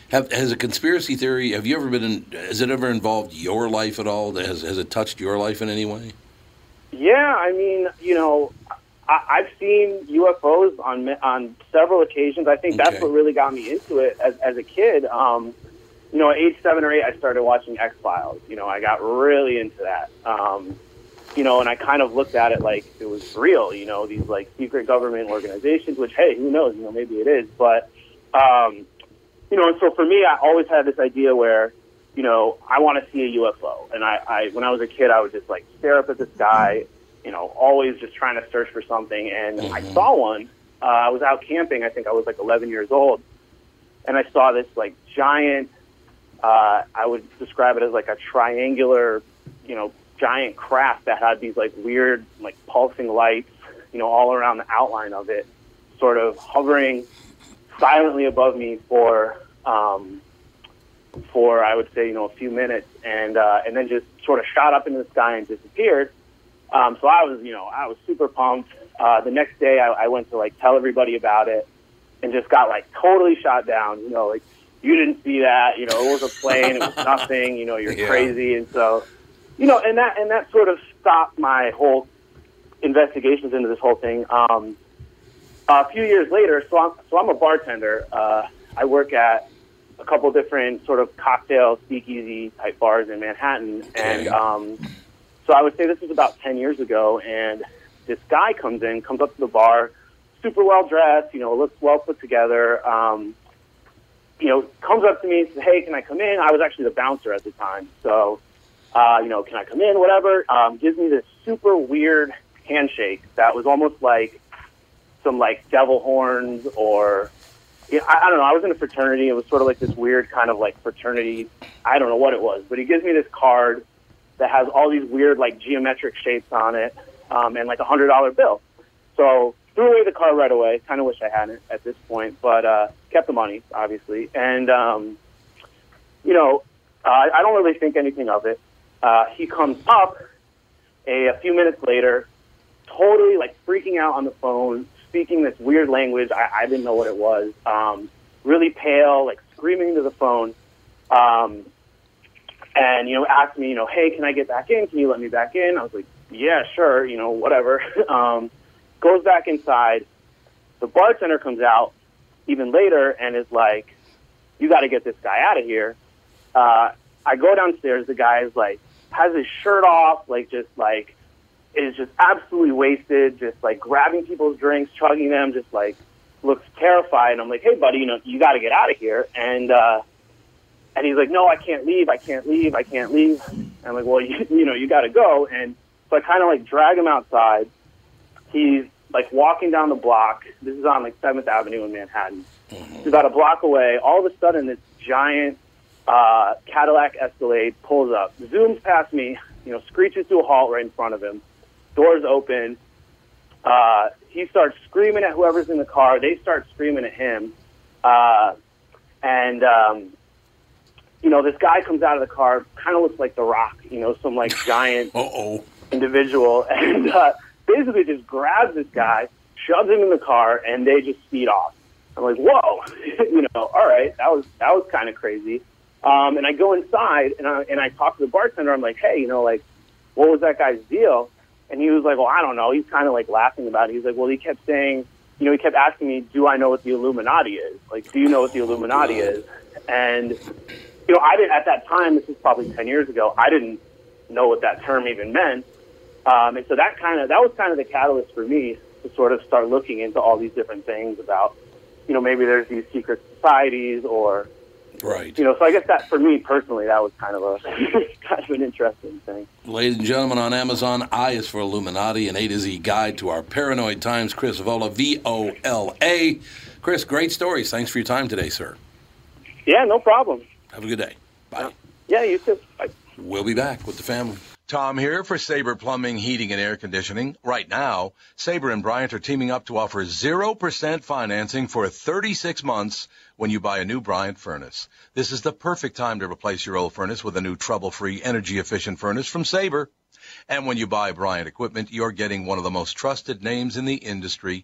Speaker 1: have, has a conspiracy theory? Have you ever been? In, has it ever involved your life at all? Has, has it touched your life in any way?
Speaker 9: Yeah, I mean, you know, I, I've seen UFOs on ma- on several occasions. I think that's what really got me into it as, as a kid. Um, you know, at age seven or eight, I started watching X Files. You know, I got really into that. Um, you know, and I kind of looked at it like it was real. You know, these like secret government organizations, which hey, who knows? You know, maybe it is, but um, you know, and so for me, I always had this idea where you know, I want to see a UFO. And I, I, when I was a kid, I would just like stare up at the sky, you know, always just trying to search for something. And I saw one. Uh, I was out camping. I think I was like 11 years old, and I saw this like giant. Uh, I would describe it as like a triangular you know, giant craft that had these like weird, like pulsing lights, you know, all around the outline of it, sort of hovering silently above me for, um, for I would say, you know, a few minutes, and uh, and then just sort of shot up into the sky and disappeared. Um, so I was, you know, I was super pumped. Uh, the next day, I, I went to like tell everybody about it, and just got like totally shot down. You know, like you didn't see that. You know, it was a plane. it was nothing. You know, you're
Speaker 10: Yeah.
Speaker 9: crazy. And so, you know, and that and that sort of stopped my whole investigations into this whole thing. Um, a few years later, so I'm so I'm a bartender. Uh, I work at a couple different sort of cocktail speakeasy type bars in Manhattan, and um, so I would say this was about ten years ago. And this guy comes in, comes up to the bar, super well dressed, you know, looks well put together. Um, you know, comes up to me and says, "Hey, can I come in?" I was actually the bouncer at the time, so uh, you know, can I come in? Whatever. Um, gives me this super weird handshake that was almost like some like devil horns or yeah, I, I don't know. I was in a fraternity. It was sort of like this weird kind of like fraternity. I don't know what it was, but he gives me this card that has all these weird like geometric shapes on it um, and like a hundred dollar bill. So threw away the card right away. Kind of wish I hadn't at this point, but uh, kept the money obviously. And um, you know, uh, I don't really think anything of it. Uh, he comes up a, a few minutes later, totally like freaking out on the phone, speaking this weird language. I, I didn't know what it was. Um, really pale, like screaming into the phone. Um, and, you know, asked me, you know, hey, can I get back in? Can you let me back in? I was like, yeah, sure, you know, whatever. um, goes back inside. The bartender comes out even later and is like, you got to get this guy out of here. Uh, I go downstairs. The guy is like, has his shirt off, like, just like, is just absolutely wasted, just like grabbing people's drinks, chugging them, just like looks terrified. And I'm like, hey, buddy, you know, you got to get out of here. And uh, and he's like, no, I can't leave, I can't leave, I can't leave. And I'm like, well, you, you know, you got to go. And so I kind of like drag him outside. He's like walking down the block. This is on like Seventh Avenue in Manhattan. It's about a block away. All of a sudden, this giant uh, Cadillac Escalade pulls up, zooms past me, you know, screeches to a halt right in front of him. Doors open. Uh, he starts screaming at whoever's in the car. They start screaming at him. Uh, and, um, you know, this guy comes out of the car, kind of looks like The Rock, you know, some like giant individual. And uh, basically just grabs this guy, shoves him in the car, and they just speed off. I'm like, whoa, you know, all right, that was that was kind of crazy. Um, and I go inside and I, and I talk to the bartender. I'm like, hey, you know, like, what was that guy's deal? And he was like, well, I don't know. He's kind of like laughing about it. He's like, well, he kept saying, you know, he kept asking me, do I know what the Illuminati is? Like, do you know what the Illuminati is? And you know, I didn't at that time. This was probably ten years ago. I didn't know what that term even meant. Um, and so that kind of that was kind of the catalyst for me to sort of start looking into all these different things about, you know, maybe there's these secret societies or,
Speaker 1: right.
Speaker 9: you know. So I guess that for me personally, that was kind of a kind of an interesting thing.
Speaker 1: Ladies and gentlemen, on Amazon, I is for Illuminati, an A to Z guide to our paranoid times. Chris Vola, V O L A. Chris, great stories. Thanks for your time today, sir.
Speaker 9: Yeah, no problem.
Speaker 1: Have a good day. Bye.
Speaker 9: Yeah, you too.
Speaker 1: We'll be back with the family. Tom here for Sabre Plumbing, Heating, and Air Conditioning. Right now, Sabre and Bryant are teaming up to offer 0% financing for 36 months when you buy a new Bryant furnace. This is the perfect time to replace your old furnace with a new trouble-free, energy-efficient furnace from Sabre. And when you buy Bryant equipment, you're getting one of the most trusted names in the industry.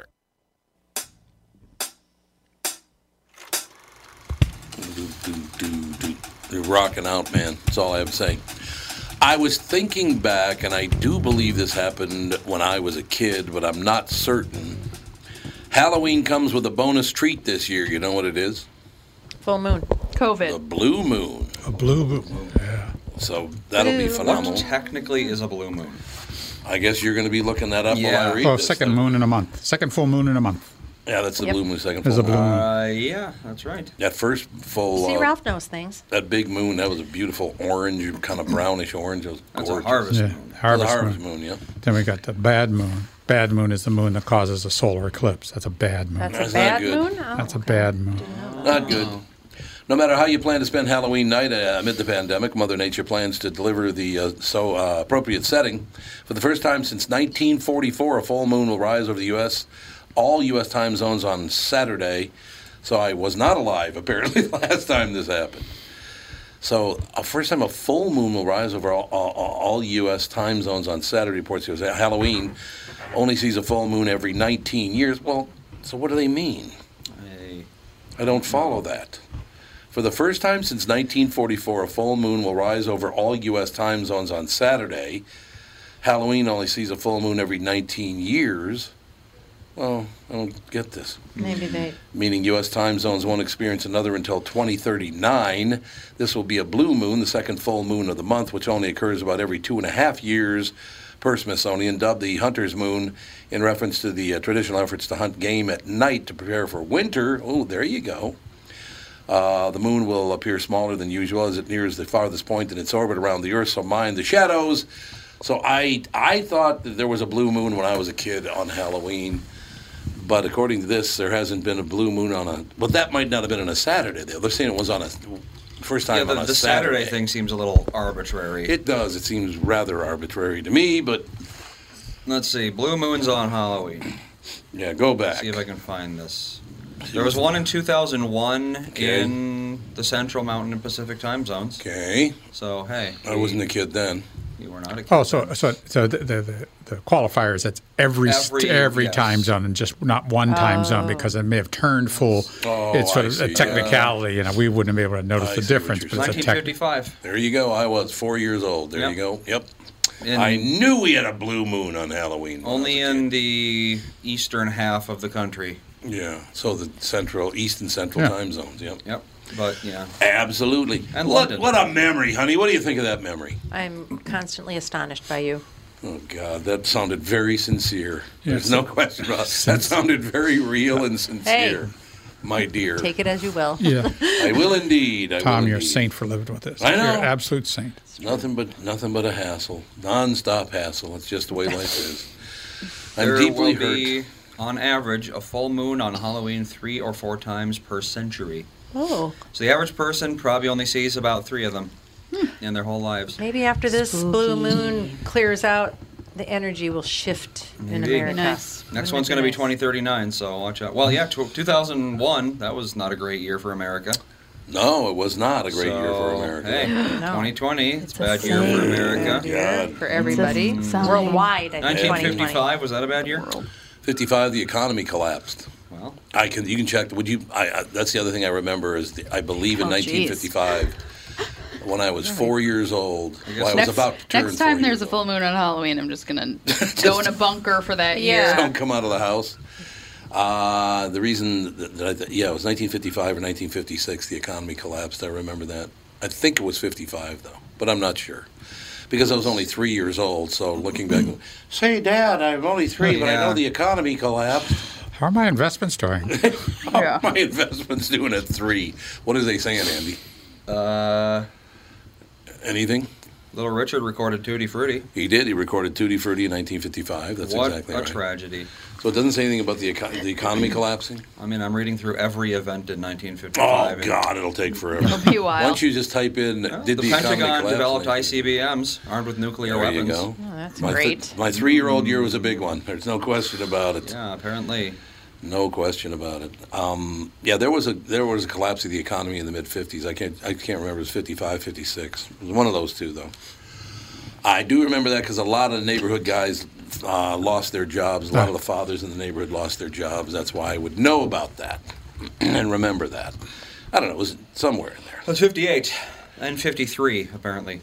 Speaker 1: You're rocking out, man. That's all I have to say. I was thinking back, and Uh, I do believe this happened when I was a kid, but I'm not certain. Halloween comes with a bonus treat this year. You know what it is?
Speaker 3: Full moon.
Speaker 7: COVID.
Speaker 1: The blue moon.
Speaker 2: A blue moon.
Speaker 1: So that'll be
Speaker 4: Blue
Speaker 1: phenomenal.
Speaker 4: moon. Technically, is a blue moon.
Speaker 1: I guess you're going to be looking that up while I read
Speaker 2: Oh,
Speaker 1: this.
Speaker 2: second moon in a month. Second full moon in a month.
Speaker 1: Yeah, that's the blue moon. Second
Speaker 2: It's
Speaker 1: full
Speaker 2: a blue moon.
Speaker 1: moon.
Speaker 4: Uh, yeah, that's right.
Speaker 1: That first full.
Speaker 3: See,
Speaker 1: uh,
Speaker 3: Ralph knows things.
Speaker 1: That big moon, that was a beautiful orange, kind of brownish orange. It was
Speaker 4: That's a
Speaker 1: gorgeous.
Speaker 4: harvest
Speaker 2: Yeah,
Speaker 1: That's a
Speaker 2: harvest,
Speaker 1: harvest moon. yeah.
Speaker 2: Then we got the bad moon. Bad moon is the moon that causes a solar eclipse. That's a bad moon.
Speaker 3: That's a
Speaker 1: That's not
Speaker 3: bad
Speaker 1: good.
Speaker 3: moon? Oh,
Speaker 2: That's a bad moon.
Speaker 1: Not good. No matter how you plan to spend Halloween night uh, amid the pandemic, Mother Nature plans to deliver the uh, so uh, appropriate setting. For the first time since 1944, a full moon will rise over the U.S. all U.S. time zones on Saturday. So I was not alive apparently last time this happened. So, uh, first time a full moon will rise over all, all, all U.S. time zones on Saturday. Reports USA. Halloween only sees a full moon every 19 years. Well, so what do they mean? I don't follow that. For the first time since 1944, a full moon will rise over all U.S. time zones on Saturday. Halloween only sees a full moon every 19 years. Well, I don't get this
Speaker 3: Maybe they.
Speaker 1: meaning U.S. time zones won't experience another until 2039. This will be a blue moon, the second full moon of the month, which only occurs about every two and a half years per Smithsonian, dubbed the Hunter's Moon in reference to the uh, traditional efforts to hunt game at night to prepare for winter. Oh, there you go. Uh, the moon will appear smaller than usual as it nears the farthest point in its orbit around the Earth, so mind the shadows. So I, I thought that there was a blue moon when I was a kid on Halloween. But according to this, there hasn't been a blue moon on a. Well, that might not have been on a Saturday, though. They're saying it was on a first time
Speaker 4: Yeah, the,
Speaker 1: on a
Speaker 4: the Saturday.
Speaker 1: Saturday.
Speaker 4: thing seems a little arbitrary.
Speaker 1: It does. It seems rather arbitrary to me, but
Speaker 4: Let's see. Blue moon's on Halloween.
Speaker 1: Yeah, go back.
Speaker 4: See if I can find this. There was one in 2001
Speaker 1: Okay.
Speaker 4: in the Central Mountain and Pacific time zones.
Speaker 1: Okay.
Speaker 4: So hey,
Speaker 1: I wasn't a kid then.
Speaker 4: You were not a kid.
Speaker 2: Oh, so so so the the, the, the qualifiers. That's every every,
Speaker 4: Every-
Speaker 2: every
Speaker 4: yes.
Speaker 2: time zone, and just not one time zone because it may have turned full.
Speaker 1: Oh,
Speaker 2: it's sort
Speaker 1: I
Speaker 2: of
Speaker 1: see.
Speaker 2: a technicality. You know, we wouldn't be able to notice
Speaker 1: I
Speaker 2: the
Speaker 1: see what
Speaker 2: difference,
Speaker 1: you're
Speaker 2: but it's a tech.
Speaker 4: 1955.
Speaker 1: There you go. Oh, I was four years old. There
Speaker 4: Yep.
Speaker 1: you go. Yep.
Speaker 4: And-
Speaker 1: I knew we had a blue moon on Halloween.
Speaker 4: Only in the eastern half of the country.
Speaker 1: Yeah. So the central, east and central
Speaker 4: Yeah.
Speaker 1: time zones. Yep.
Speaker 4: Yep. But yeah.
Speaker 1: Absolutely.
Speaker 4: And
Speaker 1: what,
Speaker 4: London.
Speaker 1: what a memory, honey. What do you think of that memory?
Speaker 3: I'm constantly astonished by you.
Speaker 1: Oh God, that sounded very sincere.
Speaker 2: Yes.
Speaker 1: There's no question about it. That sounded very real and sincere, my dear.
Speaker 3: Take it as you will.
Speaker 2: Yeah.
Speaker 1: I will indeed. I
Speaker 2: Tom,
Speaker 1: will
Speaker 2: you're a
Speaker 1: indeed.
Speaker 2: saint for living with this.
Speaker 1: I know.
Speaker 2: You're an absolute saint.
Speaker 1: Nothing but nothing but a hassle, non-stop hassle. It's just the way life is. I'm
Speaker 4: there
Speaker 1: deeply
Speaker 4: will
Speaker 1: hurt.
Speaker 4: be, on average, a full moon on Halloween three or four times per century.
Speaker 3: Oh,
Speaker 4: So the average person probably only sees about three of them in their whole lives.
Speaker 3: Hmm. maybe after this blue moon clears out, the energy will shift in
Speaker 4: Indeed.
Speaker 3: America.
Speaker 4: Next one's going to be 2039, so watch out. Well, yeah, tw 2001, that was not a great year for America.
Speaker 1: No, it was not a great year for
Speaker 4: So,
Speaker 1: America.
Speaker 4: Hey,
Speaker 3: No.
Speaker 4: 2020, it's, a bad year for America.
Speaker 3: For everybody. Worldwide, I think 2020.
Speaker 4: 1955, was that a bad year?
Speaker 1: 55, the economy collapsed.
Speaker 4: Well,
Speaker 1: I can you can check. Would you? I, I, that's the other thing I remember is the, I believe in
Speaker 7: Oh, geez.
Speaker 1: 1955 when I was four years old. Well, I was
Speaker 7: next,
Speaker 1: about to turn
Speaker 7: next
Speaker 1: four
Speaker 7: time
Speaker 1: years
Speaker 7: there's a full moon on Halloween, I'm just gonna go in a bunker for that
Speaker 1: Don't
Speaker 7: year.
Speaker 1: come out of the house. Uh, the reason that, that I th- yeah, it was 1955 or 1956. The economy collapsed. I remember that. I think it was 55 though, but I'm not sure because I was only three years old. So looking back,
Speaker 7: Mm-hmm.
Speaker 1: say, Dad, I'm only three, but I know the economy collapsed.
Speaker 2: How are my investments doing?
Speaker 1: My investment's doing at three. What are they saying, Andy?
Speaker 4: uh,
Speaker 1: Anything?
Speaker 4: Little Richard recorded Tutti Frutti.
Speaker 1: He did. He recorded Tutti Frutti in 1955. That's
Speaker 4: what
Speaker 1: exactly
Speaker 4: a
Speaker 1: right.
Speaker 4: tragedy.
Speaker 1: So it doesn't say anything about the, eco- the economy collapsing.
Speaker 4: I mean, I'm reading through every event in 1955.
Speaker 1: Oh God, it'll take forever.
Speaker 7: It'll be a while.
Speaker 1: Why don't you just type in? did
Speaker 4: the,
Speaker 1: the, economy
Speaker 4: Pentagon
Speaker 1: collapse?
Speaker 4: developed ICBMs armed with nuclear
Speaker 1: There you
Speaker 4: weapons.
Speaker 1: go.
Speaker 7: Oh, that's
Speaker 1: my th-
Speaker 7: great.
Speaker 1: my three-year-old year was a big one. There's no question about it.
Speaker 4: Yeah, apparently.
Speaker 1: No question about it. Um, yeah, there was a there was a collapse of the economy in the mid 50s. I can't I can't remember. It was 55, 56. It was one of those two though. I do remember that because a lot of neighborhood guys uh, lost their jobs. A lot of the fathers in the neighborhood lost their jobs. That's why I would know about that and remember that. I don't know. It was somewhere in there.
Speaker 4: That's 58 and 53, apparently.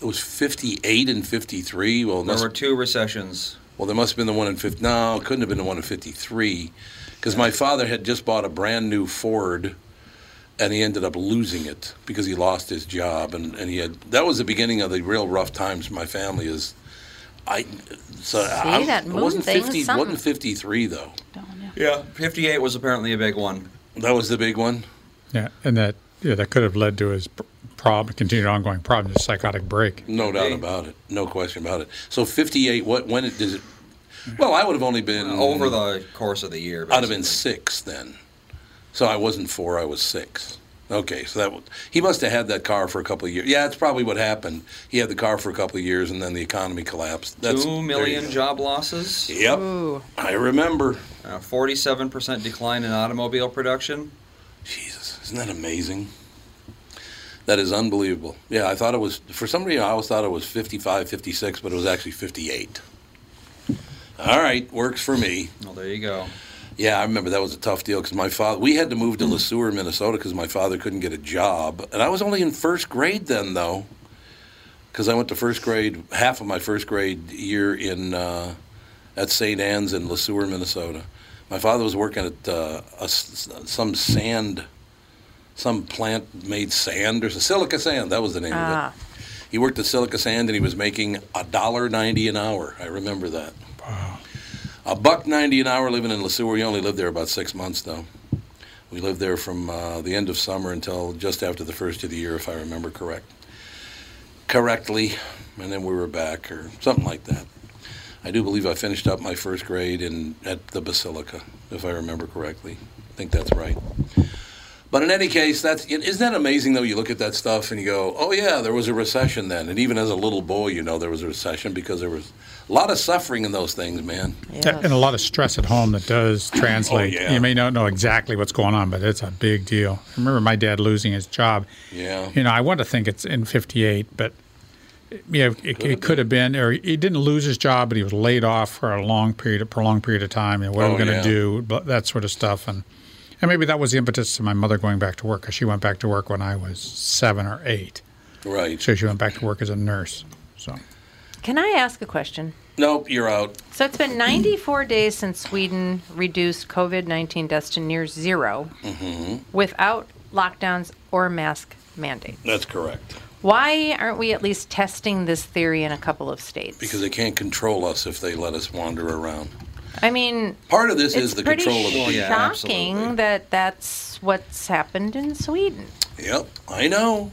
Speaker 1: it was 58 and 53. Well,
Speaker 4: There were
Speaker 1: two recessions. Well, there must have been the one in 50. No, it couldn't have been the one in 53 because my father had just bought a brand new Ford and he ended up losing it because he lost his job and, and he had that was the beginning of the real rough times for my family is I so I,
Speaker 4: that
Speaker 1: it
Speaker 4: moon
Speaker 1: wasn't
Speaker 4: thing is
Speaker 1: 50 it
Speaker 4: something.
Speaker 1: wasn't 53 though.
Speaker 4: Yeah, 58 was apparently a big one.
Speaker 1: That was the big one.
Speaker 2: Yeah, and that yeah, that could have led to his pr- problem, continued ongoing problem, his psychotic break.
Speaker 1: No doubt about it. No question about it. So 58 what when it does it Well, I would have only been
Speaker 4: Over the course of the year.
Speaker 1: Mm-hmm. I'd have been 6 then. So I wasn't 4, I was 6. Okay, so that w- he must have had that car for a couple of years. Yeah, that's probably what happened. He had the car for a couple of years, and then the economy collapsed. That's, there
Speaker 4: Two
Speaker 1: you
Speaker 4: million
Speaker 1: go.
Speaker 4: job losses.
Speaker 1: Yep. I remember.
Speaker 4: Forty-seven percent decline in automobile production.
Speaker 1: Jesus, isn't that amazing? That is unbelievable. Yeah, I thought it was, for some reason, I always thought it was 55, 56, but it was actually 58. All right, works for me.
Speaker 4: Well, there you go.
Speaker 1: Yeah, I remember that was a tough deal because my father, we had to move to Le Sueur, Minnesota because my father couldn't get a job. And I was only in first grade then, though, because I went to first grade, half of my first grade year in, uh, at St. Anne's in Le Sueur, Minnesota. My father was working at uh, a s some sand, some plant made sand or silica sand. That was the name of it.
Speaker 3: Ah,
Speaker 1: He worked at Silica Sand and he was making a dollar ninety an hour. I remember that. Wow. A buck ninety an hour living in Lesueur. We only lived there about six months though. We lived there from uh, the end of summer until just after the first of the year, if I remember correct, correctly, and then we were back or something like that. I do believe I finished up my first grade in at the Basilica, if I remember correctly. I think that's right. But in any case, that's isn't that amazing though? You look at that stuff and you go, "Oh yeah, there was a recession then." And even as a little boy, you know there was a recession because there was a lot of suffering in those things, man.
Speaker 2: And a lot of stress at home that does translate.
Speaker 1: Oh, yeah.
Speaker 2: You may not know exactly what's going on, but it's a big deal. I remember my dad losing his job.
Speaker 1: Yeah.
Speaker 2: You know, I want to think it's in 58, but yeah, it, it could have been, or he didn't lose his job, but he was laid off for a long period, a prolonged period of time. You know, what are we
Speaker 1: Oh,
Speaker 2: going to
Speaker 1: yeah.
Speaker 2: do? But that sort of stuff. And, and maybe that was the impetus to my mother going back to work because she went back to work when I was seven or eight.
Speaker 1: Right.
Speaker 2: So she went back to work as a nurse. So.
Speaker 3: Can I ask a question?
Speaker 1: Nope, you're out.
Speaker 3: So it's been 94 days since Sweden reduced COVID 19 deaths to near zero
Speaker 1: Mm-hmm.
Speaker 3: without lockdowns or mask mandates.
Speaker 1: That's correct
Speaker 3: Why aren't we at least testing this theory in a couple of states?
Speaker 1: because they can't control us if they let us wander around.
Speaker 3: I mean,
Speaker 1: Part of this
Speaker 3: it's
Speaker 1: is the
Speaker 3: pretty
Speaker 1: control of the people.
Speaker 3: shocking that that's what's happened in Sweden.
Speaker 1: Yep, I know.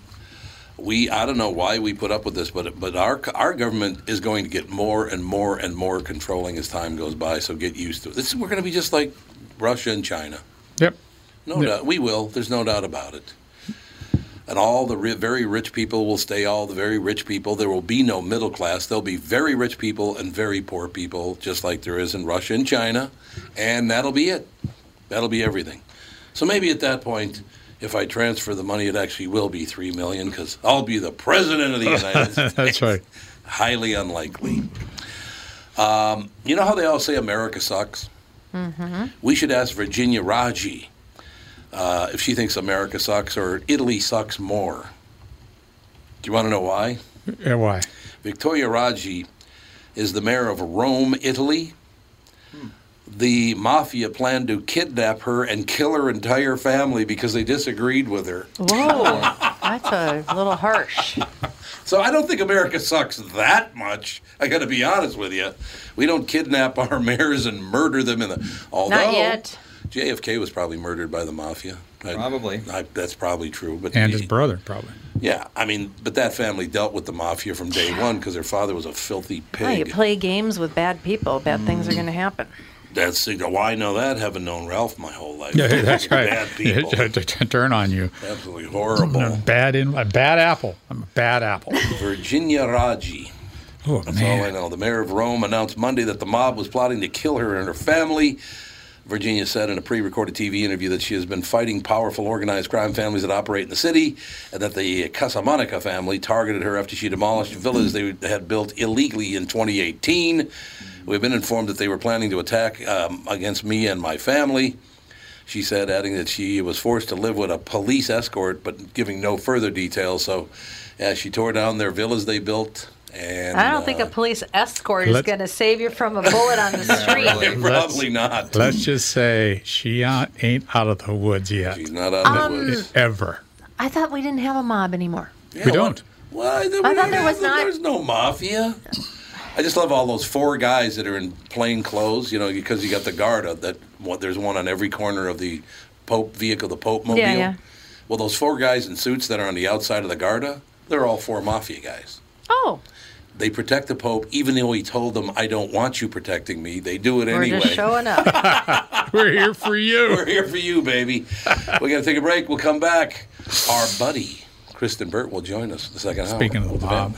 Speaker 1: We I don't know why we put up with this, but but our our government is going to get more and more and more controlling as time goes by. So get used to it. This we're going to be just like Russia and China.
Speaker 2: Yep.
Speaker 1: No
Speaker 2: Yep.
Speaker 1: doubt we will. There's no doubt about it. And all the ri- very rich people will stay all the very rich people. There will be no middle class. There'll be very rich people and very poor people, just like there is in Russia and China. And that'll be it. That'll be everything. So maybe at that point, if I transfer the money, it actually will be three million because I'll be the president of the United States.
Speaker 2: That's right.
Speaker 1: Highly unlikely. Um, you know how they all say America sucks?
Speaker 10: Mm-hmm.
Speaker 1: We should ask Virginia Raji uh, if she thinks America sucks or Italy sucks more. Do you want to know why?
Speaker 2: Yeah, why?
Speaker 1: Victoria Raggi is the mayor of Rome, Italy. The mafia planned to kidnap her and kill her entire family because they disagreed with her.
Speaker 3: Whoa, that's a little harsh.
Speaker 1: So I don't think America sucks that much. I got to be honest with you. We don't kidnap our mayors and murder them in the. Although
Speaker 3: yet.
Speaker 1: JFK was probably murdered by the mafia. Probably. that's probably true. But
Speaker 2: And his brother, probably.
Speaker 1: yeah, I mean, but that family dealt with the mafia from day one because their father was a filthy
Speaker 3: Oh, you
Speaker 1: pig. Mm.
Speaker 3: play games with bad people, bad things are going to happen.
Speaker 1: That's well, I know that having known Ralph my whole life.
Speaker 2: Yeah, that's right.
Speaker 1: Bad people.
Speaker 2: to, to- to turn on you.
Speaker 1: Absolutely horrible.
Speaker 2: I'm a bad in, a bad apple. I'm a bad apple.
Speaker 1: Virginia Raggi.
Speaker 2: Oh,
Speaker 1: That's all I know. uh, The mayor of Rome announced Monday that the mob was plotting to kill her and her family. Virginia said in a pre recorded TV interview that she has been fighting powerful organized crime families that operate in the city and that the Casamonica family targeted her after she demolished villas they had built illegally in 2018. We've been informed that they were planning to attack um, against me and my family. She said, adding that she was forced to live with a police escort, but giving no further details. So Yeah, she tore down their villas they built. And
Speaker 3: I don't think a
Speaker 1: uh,
Speaker 3: police escort is
Speaker 2: Let's-
Speaker 3: going to save you from a bullet on the street.
Speaker 1: probably not.
Speaker 2: Let's just say she uh, ain't out of the woods yet. She's
Speaker 1: not
Speaker 3: out of the Um, woods.
Speaker 2: ever.
Speaker 3: I thought we didn't have a mob anymore.
Speaker 2: we don't.
Speaker 1: Why? There,
Speaker 3: I thought there was not-
Speaker 1: There's no mafia. I just love all those four guys that are in plain clothes, you know, because you got the guard of that. What, there's one on every corner of the Pope vehicle, the Pope mobile.
Speaker 3: Yeah, yeah.
Speaker 1: Well, those four guys in suits that are on the outside of the Garda, they're all four mafia guys.
Speaker 3: Oh,
Speaker 1: They protect the Pope, even though he told them, "I don't want you protecting me." They do it
Speaker 3: we're
Speaker 1: anyway.
Speaker 3: just showing up.
Speaker 2: We're here for you.
Speaker 1: We're here for you, baby. we got to take a break. We'll come back. Our buddy Kristen Burt will join us the second hour.
Speaker 2: Speaking of the
Speaker 1: Van-
Speaker 2: mob.